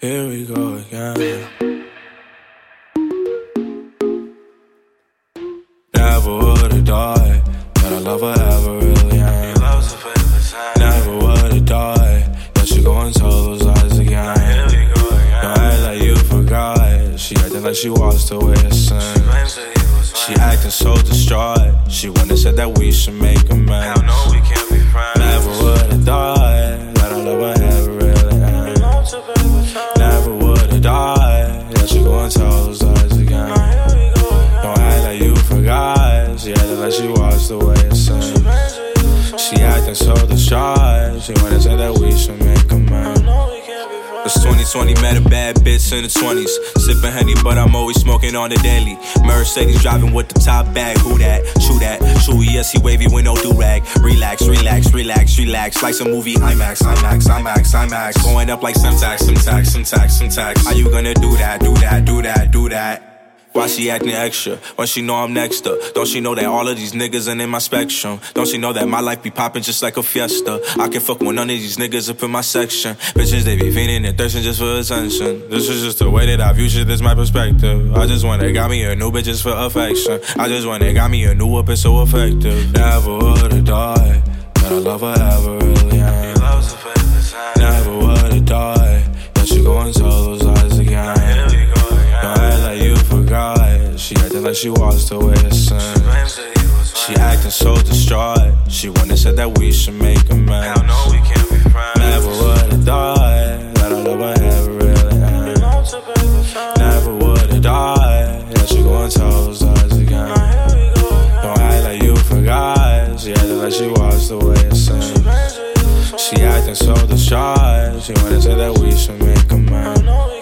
Here we go again. Never would've died that I love her ever really am. Never would've died that she go and tell those lies again. Now act like you forgot. She acting like she washed away her sin. She acting so distraught. She went and said that we should make amends. Never would've died that I love her ever really am. Never would've died that she go and tell those lies again. Don't act like you forgot. She acted like she washed away her sin. She acting so distraught. She wanna say that we should make a man. It's 2020, met a bad bitch in the 20s. Sipping honey, but I'm always smoking on the daily. Mercedes driving with the top bag. Who that? Chew that. Chewy, yes, he wavy with no do rag. Relax, relax, relax, relax. Like some movie IMAX, IMAX, IMAX, IMAX. Going up like syntax, syntax, syntax, syntax. Are you gonna do that? Do that, do that, do that. Why she acting extra when she know I'm next to? Don't she know that all of these niggas ain't in my spectrum? Don't she know that my life be popping just like a fiesta? I can fuck with none of these niggas up in my section. Bitches, they be fiending and thirsting just for attention. This is just the way that I view shit, this my perspective. I just want to got me a new bitch just for affection. I just want to got me a new weapon so effective. Never would've died that I love her ever really am. Never would've died that she go and tell those lies again. Don't act like you forgot. She acting like she washed away her sin. She acting so distraught. She went and said that we should make amends. Never would've died that I love her ever really am. Never would've died that she go and tell those lies again. Don't act like you forgot. She acting like she washed away her sin. She acting so distraught. She wanna say that we should make amends.